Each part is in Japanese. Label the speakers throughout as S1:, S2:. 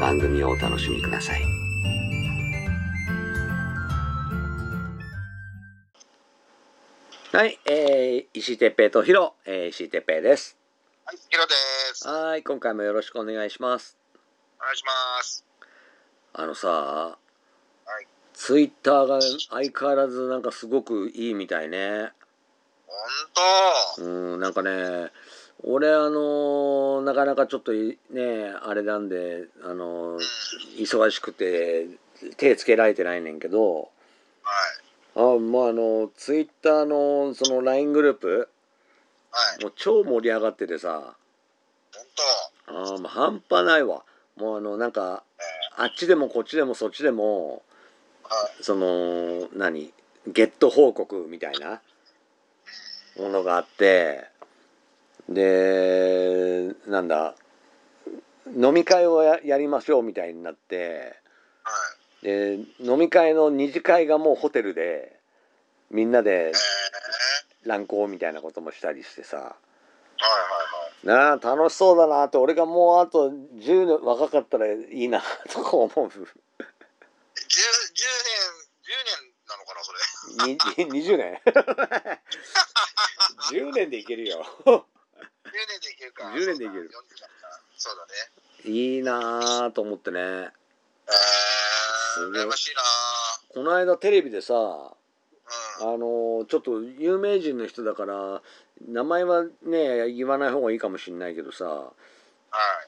S1: 番組をお楽しみください。はい、えー、石井哲平とヒロ、えー、石井哲平です。
S2: はい、ヒロです。お
S1: はい、今回もよろしくお願いします。
S2: 願いします。
S1: あのさ、
S2: はい
S1: ツイッターが相変わらずなんかすごくいいみたいね。
S2: 本当。
S1: うん、なんかね、俺あのーなかなかちょっといね、あれなんで、あのー
S2: うん。はい。
S1: 忙しくて手つけられてないねんけど、あまああのツイッターのその LINE グループ、
S2: はい。
S1: もう超盛り上がっててさ、
S2: 本当。
S1: あーもう半端ないわ。もうあのなんかあっちでもこっちでもそっちでも
S2: はい。
S1: その何ゲット報告みたいなものがあってでなんだ飲み会をややりましょうみたいになって
S2: はい。
S1: で飲み会の二次会がもうホテルでみんなで
S2: ええ
S1: 乱行みたいなこともしたりしてさ
S2: ー。はいはいはい。
S1: なあ楽しそうだなって俺がもうあと10年若かったらいいなとか思う
S2: 十、十年、十年なのかな、それ。
S1: に20年 10年でいけるよ
S2: 十年でいけるか。
S1: 10年でいける
S2: そうだ。40だったそうだね。
S1: いいなあと思ってね
S2: ええ
S1: す
S2: ー。
S1: ごい
S2: 羨ましいな。
S1: この間テレビでさあ
S2: うん。はい。
S1: のちょっと有名人の人だから名前はね言わない方がいいかもしんないけどさ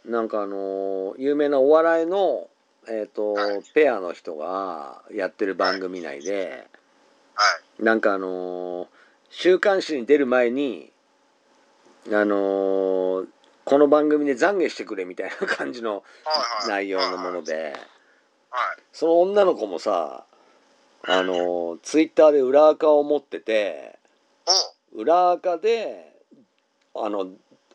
S1: なんかあの有名なお笑いの、えーと
S2: はい
S1: ペアの人がやってる番組内で、
S2: はい。
S1: なんかあの週刊誌に出る前にあのこの番組で懺悔してくれみたいな感じの
S2: はいはい。
S1: 内容のもので、
S2: はい。
S1: その女の子もさあのツイッターで裏垢を持ってて
S2: お。
S1: 裏垢であの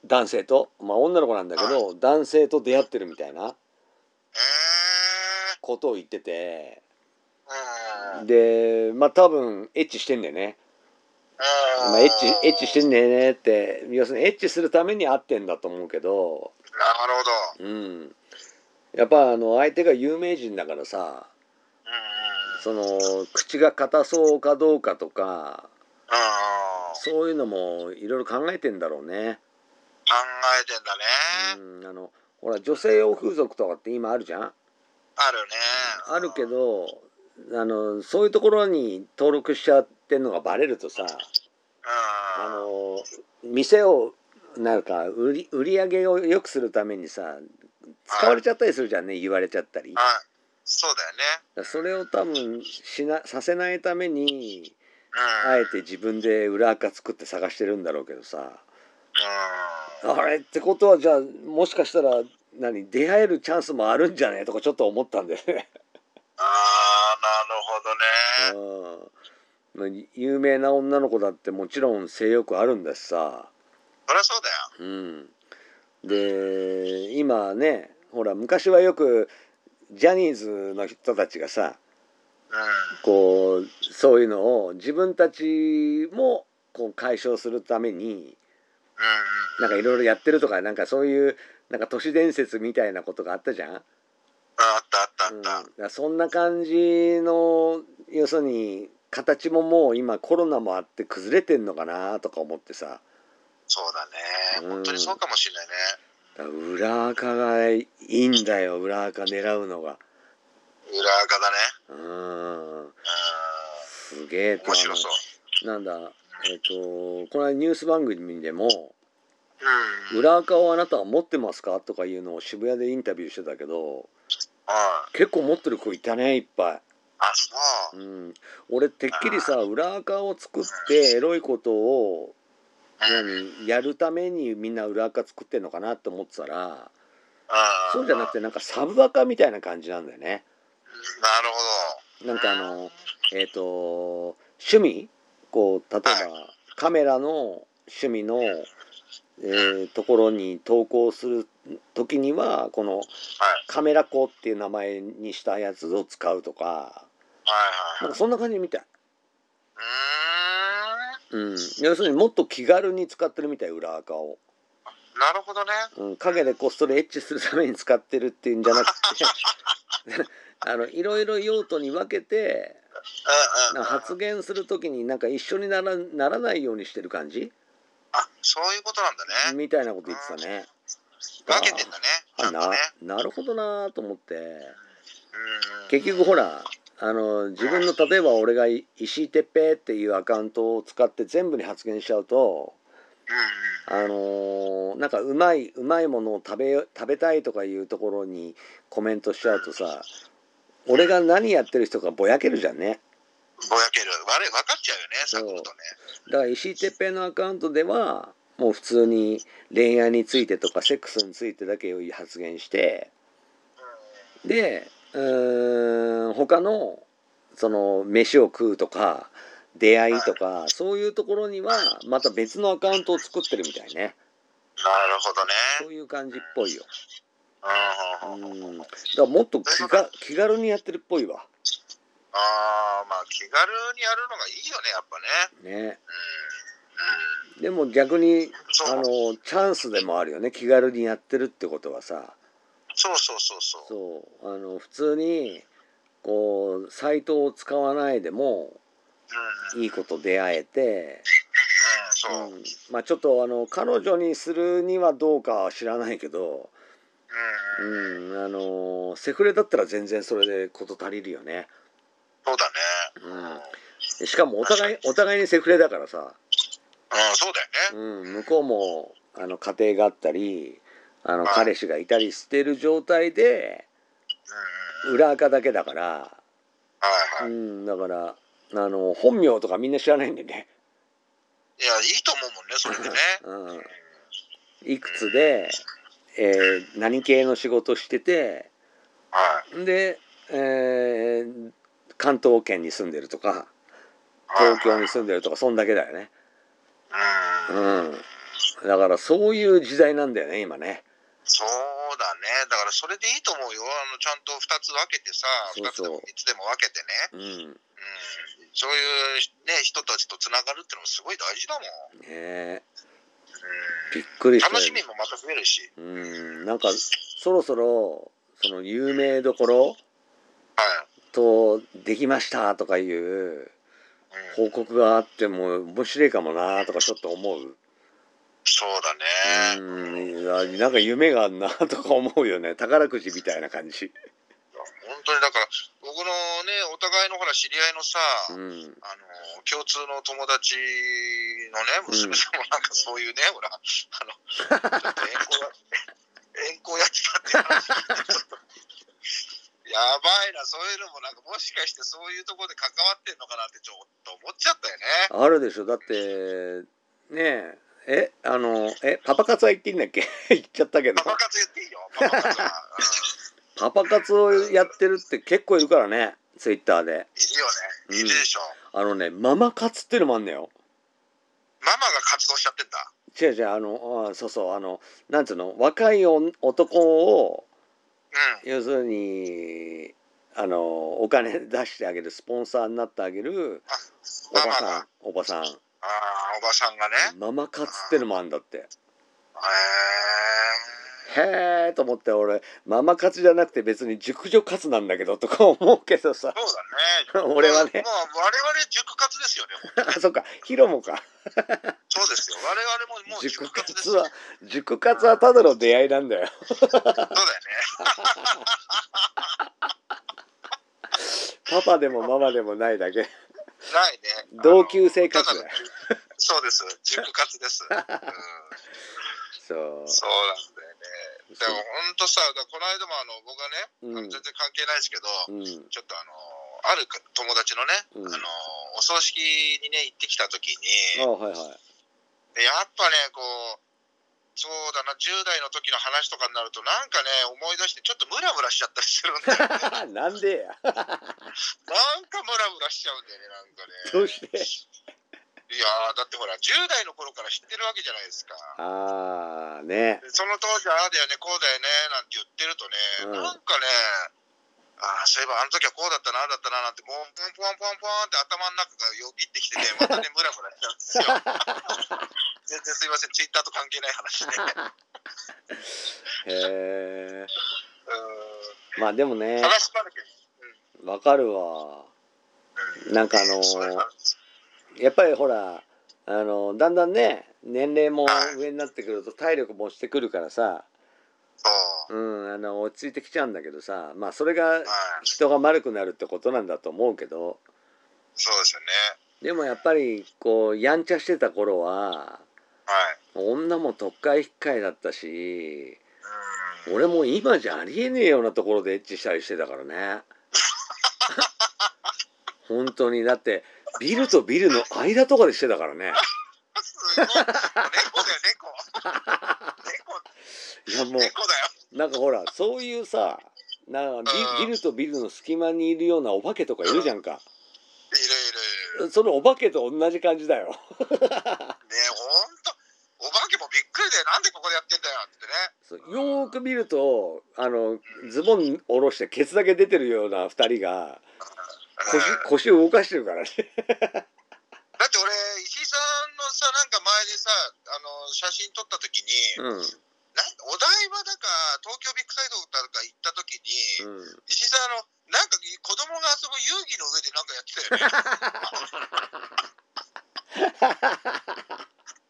S1: 男性とまあ女の子なんだけど、男性と出会ってるみたいな。
S2: ええ
S1: ことを言ってて
S2: ー。うん。
S1: でまあ多分エッチしてんだよね、まあ、エッチエッチしてんだよねって要するにエッチするために会ってんだと思うけど
S2: なるほど。
S1: うんやっぱあの相手が有名人だからさ
S2: うんうんうん。
S1: その口が硬そうかどうかとか
S2: うん。
S1: そういうのもいろいろ考えてんだろうね、
S2: 考えてん
S1: う
S2: だね。
S1: ん、あのほら女性用風俗とかって今あるじゃん
S2: あるね。
S1: あるけどあのそういうところに登録しちゃってんのがバレるとさあ
S2: あ
S1: の店をなんか売り売り上げを良くするためにさ使われちゃったりするじゃんね言われちゃったりだか
S2: はい。そうだよね。
S1: らそれを多分しなさせないために
S2: うん。
S1: あえ
S2: うん。
S1: て自分で裏垢作って探してるんだろうけどさあれってことはじゃあもしかしたら何出会えるチャンスもあるんじゃねとかちょっと思ったんだよね、
S2: ああ、なるほどね。
S1: うんまあ、有名な女の子だってもちろん性欲あるんだしさ
S2: そりゃそうだよ。
S1: うん、で今ねほら昔はよくジャニーズの人たちがさ
S2: うん。
S1: こうそういうのを自分たちもこう解消するために
S2: うん。
S1: なんかいろいろやってるとかなんかそういうなんか都市伝説みたいなことがあったじゃん、
S2: あったあったあ
S1: うん、だ
S2: った。
S1: か
S2: うん。
S1: らそんな感じの要するに形ももう今コロナもあって崩れてんのかなとか思ってさ
S2: そうだね。本当にそうかもしれないね。
S1: だ裏垢がいいんだよ、裏垢狙うのが。
S2: 裏垢だね。
S1: うーん。
S2: う
S1: すげえ
S2: ん。面白そう。
S1: あのなんだ、えっ、と、この間ニュース番組でも、
S2: うん。
S1: 裏垢をあなたは持ってますかとかいうのを渋谷でインタビューしてたけど、
S2: あ
S1: 結構持ってる子いたね、いっぱい。
S2: あ、そう。
S1: うん、俺てっきりさ裏垢を作ってエロいことを
S2: うん。
S1: 何やるためにみんな裏垢作ってんのかなって思ってたらそうじゃなく
S2: て。
S1: てなんかサブ垢みたいな感じなんだよね
S2: な
S1: な
S2: るほ
S1: んかあのえっ、と趣味こう例えばカメラの趣味の、えーところに投稿する時にはこのカメラ子っていう名前にしたやつを使うとか
S2: ど。
S1: な
S2: はいは
S1: ん
S2: い。
S1: かそんな感じみたい。
S2: うー
S1: うん、要するにもっと気軽に使ってるみたい裏垢を、
S2: ん。なるほどね。
S1: うん、影でこっそりエッチするために使ってるっていうん じゃなくてあのいろいろ用途に分けて
S2: う
S1: な
S2: んう
S1: ん
S2: ん。
S1: か発言する時になんか一緒にならならないようにしてる感じ
S2: あ、そういうことなんだね。
S1: みたいなこと言ってたね。
S2: 分けてんだね。ちゃ
S1: あ
S2: んと
S1: な
S2: ね。
S1: なるほどなと思って
S2: うん。
S1: 結局ほらあの自分の例えば俺がい石井哲平っていうアカウントを使って全部に発言しちゃうと
S2: うんうん。
S1: あのーなんかうまいうまいものを食べ食べたいとかいうところにコメントしちゃうとさ俺が何やってる人かぼやけるじゃんね
S2: ぼやける。われ分かっちゃうよね、サクッとね。
S1: だから石井哲平のアカウントではもう普通に恋愛についてとかセックスについてだけ発言してでうーん他のその飯を食うとか出会いとかそういうところにはまた別のアカウントを作ってるみたいね
S2: なるほどね。
S1: そういう感じっぽいよ。
S2: うんうんうん。
S1: うん、だからもっと気が気軽にやってるっぽいわ。
S2: ああ、まあ気軽にやるのがいいよね、やっぱね。
S1: ね、
S2: うん。
S1: でも逆に
S2: そう
S1: あのチャンスでもあるよね気軽にやってるってことはさ
S2: そうそうそうそう。
S1: そうあの普通にこうサイトを使わないでも
S2: うんうん。うん、
S1: いいこと出会えて、
S2: そうう。うん。うん
S1: ん、まあちょっとあの彼女にするにはどうかは知らないけど、うん、あのセフレだったら全然それで事足りるよね。
S2: そうだね。
S1: うんで、しかもお互いお互いにセフレだからさ。
S2: うん、そうだよね。
S1: うん、向こうもあの家庭があったりあの
S2: はい
S1: 彼氏がいたりしてる状態で
S2: うんうん。
S1: 裏垢だけだから、
S2: は
S1: う
S2: いはい。
S1: ん、だからあの本名とかみんな知らないんでね、
S2: いや、いいと思うもんね、それでね。
S1: うん、
S2: はい
S1: くつで、えー何系の仕事しててで、えー関東圏に住んでるとか
S2: い。
S1: 東京に住んでるとかそんだけだよね、
S2: はい。う
S1: う
S2: ん。
S1: ん、だからそういう時代なんだよね今ね
S2: そうだね。だからそれでいいと思うよ。あの、ちゃんと2つ分けてさ、
S1: そう
S2: 2つで
S1: そう
S2: も3つでも分けてね。
S1: うんね
S2: うん。そういうね、人たちとつながるってのもすごい大事だもん。
S1: え
S2: う
S1: びっくり
S2: ん。
S1: した
S2: 楽しみもまた増えるし。
S1: うーんなんかそろそろその有名どころ
S2: は
S1: とできましたとかいう
S2: い。うん
S1: 報告があっても面白いかもなとかちょっと思う
S2: そうだ
S1: う
S2: ね。
S1: ーんいやなんか夢があるなとか思うよね 宝くじみたいな感じ
S2: 本当にだから、僕のね、お互いのほら、知り合いのさ、
S1: うん
S2: あの、共通の友達のね、娘さんもなんかそういうね、 ほら、あの、ちょっと遠行や、遠行やってたっていう話聞いてちょっと やばいな、そういうのもなんか、もしかしてそういうところで関わってんのかなってちょっと思っちゃったよね。
S1: あるでしょだってねええあのえパパ活は言っていいんだっけ 言っちゃったけど
S2: パパ活言っていいよ、パ パ活は。うん
S1: パパ活をやってるって結構いるからねツイッターで
S2: いるよね、いるでしょ。
S1: あのねママ活っていうのもあんのよ
S2: ママが活動しちゃってんだ。
S1: 違う違うあのあそうそうあのなんつうの若いおん男を
S2: うん。
S1: 要するにあのお金出してあげるスポンサーになってあげる
S2: あ
S1: おば
S2: ママ
S1: さん
S2: が
S1: おばさ
S2: ああ、おばさんがね。
S1: んママ活ってのもあんだって
S2: へえ
S1: へえと思って俺ママ活じゃなくて別に熟女活なんだけどとか思うけどさ
S2: そうだね。
S1: 俺はね
S2: もう我々熟活ですよね。
S1: あそっかヒロもか
S2: そうですよ。我々ももう熟
S1: 熟
S2: 活です
S1: 活
S2: よ。
S1: は熟活はただの出会いなんだよ
S2: そうだよね。
S1: パパでもママでもないだけ
S2: ないね。
S1: 同級生活
S2: ただ
S1: だよ
S2: そうです。熟活です。 うん
S1: そう
S2: そうなんだよね。でも本当さ、だからこの間もあの僕は
S1: う
S2: ね、
S1: ん
S2: 全然関係ないですけど、
S1: うん
S2: ちょっとあの、ある友達のね、
S1: うん
S2: あの、お葬式にね、行ってきた時
S1: あ
S2: に、
S1: はいはい
S2: でやっぱね、こう、そうだな、10代の時の話とかになると、なんかね、思い出して、ちょっとムラムラしちゃったりするんで、なんか
S1: なんでや
S2: ムラムラしちゃうんだよね、なんかね。
S1: どうして
S2: いやー、だってほら、10代の頃から知ってるわけじゃないですか。
S1: ああね
S2: でその当時はああだよねこうだよねなんて言ってるとね、
S1: うん
S2: なんかねああそういえばあの時はこうだったなああだったななんてポンポンポンポンポンって頭の中がよぎってきてねまた ねムラムラしちゃうんですよ全然すいませんツイッターと関係ない話ね
S1: へえ
S2: う
S1: まあでもね
S2: ん話ばらけ
S1: わかるわなんかあのー
S2: そういう話
S1: やっぱりほらあのだんだんね年齢も上になってくると体力も落ちてくるからさ、
S2: そう
S1: うん、あの落ち着いてきちゃうんだけどさまあそれが
S2: はい
S1: 人が丸くなるってことなんだと思うけど
S2: そうですよね
S1: でもやっぱりこうやんちゃしてた頃は
S2: はい
S1: 女も特会引っかいだったし
S2: うん
S1: 俺も今じゃありえねえようなところでエッチしたりしてたから ね本当にだってビルとビルの間とかでしてたからね
S2: すごい猫だよ猫猫
S1: いやもう
S2: 猫だよ
S1: なんかほらそういうさなんかビビルとビルの隙間にいるようなお化けとかいるじゃんか
S2: いるいるいる
S1: そのお化けと同じ感じだよ
S2: ねえ、ほんと、お化けもびっくりで、なんでここでやってんだよってね。
S1: そうよーく見るとあのズボン下ろしてケツだけ出てるような2人が腰
S2: う
S1: 腰を動
S2: ん
S1: かしてるからね
S2: だって俺、石井さんのさ、なんか前でさ、あの写真撮った時
S1: う
S2: に、
S1: ん、うん、
S2: なんお台場だか、東京ビッグサイドだか行った時に、石井さん、あの、なんか子供が遊ぶ遊戯の上でなんかやってたよね。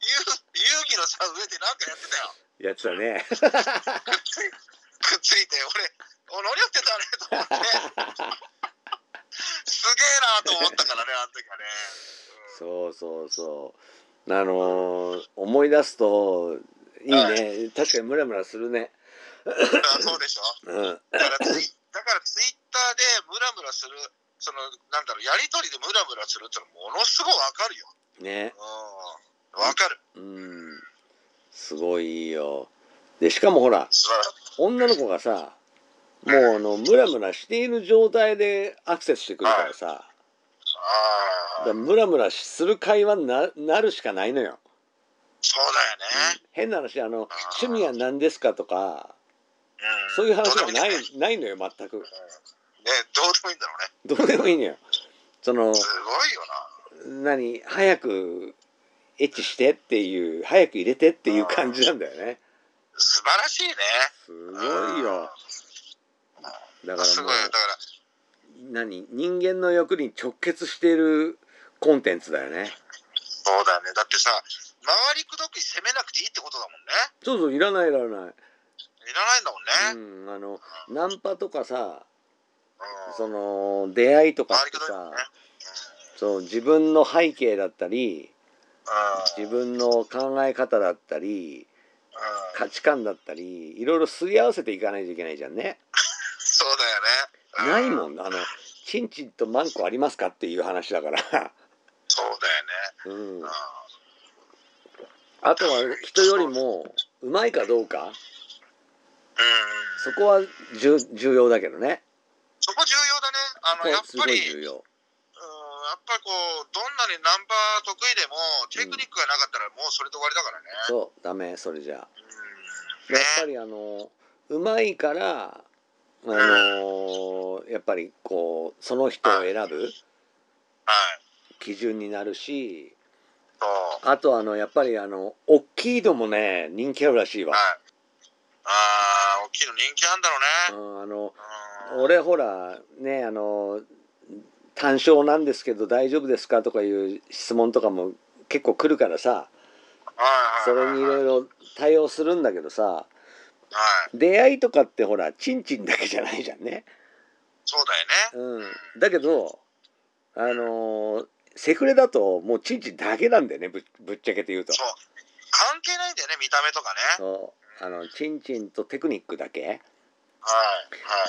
S2: 遊遊戯のさ、上でなんかやってたよ。
S1: やってたね
S2: くっついくっついて、俺、お何やってんだねと思って。すげえなと思ったからね、あの時はね。
S1: そうそうそうあのー思い出すといいね確かにムラムラするね
S2: うんあそうでしょ
S1: うん
S2: だからツイだからツイッターでムラムラする、そのなんだろう、やりとりでムラムラするってのはものすごいわかるよ。
S1: ね
S2: うんわかる。
S1: うんすごいいいよでしかもほら
S2: 素晴らしい。
S1: 女の子がさもうあのムラムラしている状態でアクセスしてくるからさだか
S2: あ
S1: ら
S2: あ、
S1: ムラムラする会話にななるしかないのよ、
S2: そうだよね。
S1: 変な話あの趣味は何ですかとか
S2: うん
S1: そういう話は
S2: どうでも
S1: ない
S2: いんだよね
S1: ないのよ全く
S2: ね、どうでもいいんだろうね。
S1: どうでもいいのよその
S2: すごいよな。
S1: 何早くエッチしてっていう早く入れてっていう感じなんだよね
S2: 素晴らしいね。
S1: すごいよだ
S2: うん。
S1: か
S2: す
S1: らも
S2: ごいよ。だ
S1: う
S2: から、
S1: 何人間の欲に直結しているコンテンツだよね
S2: そうだよね。だってさ、周りくどく攻めなくていいってことだもんね。
S1: そうそういらないいらない
S2: いらないんだもんね。
S1: うんあのナンパとかさ
S2: うん
S1: その出会いとか
S2: 周
S1: っ
S2: り
S1: て
S2: くどいも
S1: さ
S2: んね。
S1: そう自分の背景だったり
S2: うん
S1: 自分の考え方だったり
S2: うん
S1: 価値観だったりいろいろすり合わせていかないといけないじゃんね。
S2: そうだよね。
S1: ない
S2: うん
S1: もんあのチンチンとマンコありますかっていう話だから、
S2: そうだ
S1: う
S2: よね。
S1: ん
S2: うん、、
S1: あとは人よりもうまいかどうか
S2: うん
S1: そこは重重要だけどね
S2: そこ重要だね。あ
S1: こ
S2: のやっ
S1: す
S2: ぱ
S1: ご
S2: り、
S1: いう重
S2: ん、や
S1: 要
S2: っぱりこうどんなにナンバー得意でもテクニックがなかったらもうそれで終わりだからね。
S1: そうダメそれじゃあ
S2: うん、
S1: や
S2: ね
S1: っぱりあのうまいからあのやっぱりこうその人を選ぶ
S2: はい。
S1: 基準になるし
S2: そう。
S1: あとあのやっぱりあの大きいのもね人気あるらしいわ
S2: はい。ああ、大きいの人気なんだろ
S1: う
S2: うね。
S1: んあの
S2: うん
S1: 俺ほらねあの単勝なんですけど大丈夫ですかとかいう質問とかも結構来るからさ
S2: はい
S1: そ
S2: はいはい
S1: れにいろいろ対応するんだけどさ
S2: はい。
S1: 出会いとかってほらチンチンだけじゃないじゃんね。
S2: そうだよね。
S1: うん、だけどあのセフレだともうチンチンだけなんだよねぶっぶっちゃけて言うと。
S2: そう。関係ないんだよね、見た目とかね。
S1: そうあのチンチンとテクニックだけ
S2: はい。は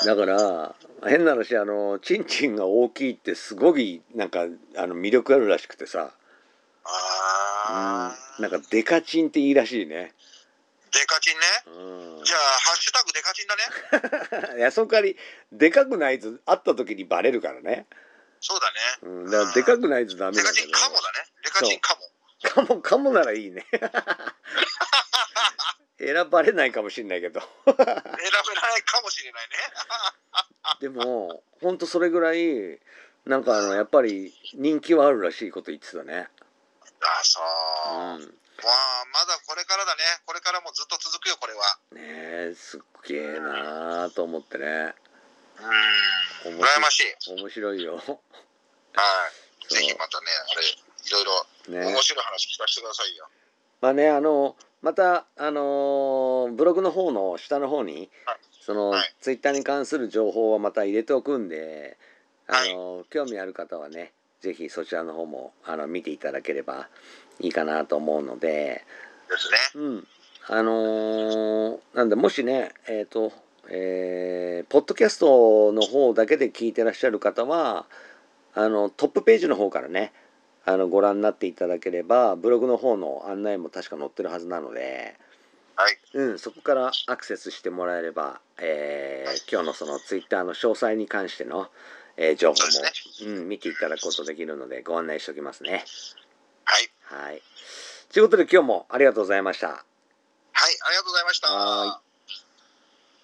S2: い。
S1: だから変な話あのチンチンが大きいってすごいなんかあの魅力あるらしくてさ、
S2: ああ。
S1: なんかデカチンっていいらしいね、
S2: デカチンね。
S1: うん、
S2: じゃあ、ハッシュタグデカチンだね。
S1: いやその代わりでかくないと会った時にバレるからね、
S2: そうだね。
S1: うん、だからでかくないとダメ
S2: デ
S1: だ
S2: カ
S1: け
S2: チ
S1: ど
S2: ンカモだね。デカチンカモ。
S1: かもかもならいいね選ばれないかもしれないけど
S2: 選べないかもしれないね。
S1: でもほんとそれぐらいなんかあのやっぱり人気はあるらしいこと言ってたね、
S2: ああ、そう
S1: ん、
S2: う。わあ、まだこれからだね。これからもずっと続くよ、これは。
S1: ねえすっげえなーと思ってね
S2: うーん。
S1: 面白い
S2: 羨ましい。
S1: 面白いよ
S2: はい。
S1: そう
S2: ぜひまたね、あれ、いろいろ
S1: ね
S2: 面白い話聞かせてくださいよ。
S1: まあねあのまたあのーブログの方の下の方に
S2: はい
S1: その、
S2: はい
S1: ツイッターに関する情報はまた入れておくんであのー興味ある方はねぜひそちらの方もあの見ていただければいいかなと思うので
S2: ですね。
S1: うんあのーなんでもしねえっ、とえーポッドキャストの方だけで聞いてらっしゃる方はあのトップページの方からねあのご覧になっていただければブログの方の案内も確か載ってるはずなので、
S2: はい
S1: うん、そこからアクセスしてもらえれば、えー今日のそのツイッターの詳細に関しての、えー情報
S2: そう
S1: も
S2: ですね。
S1: うん、見ていただくことできるのでご案内しておきますね。
S2: はい。
S1: はい。ということで今日もありがとうございました。
S2: はい、ありがとうございました。
S1: は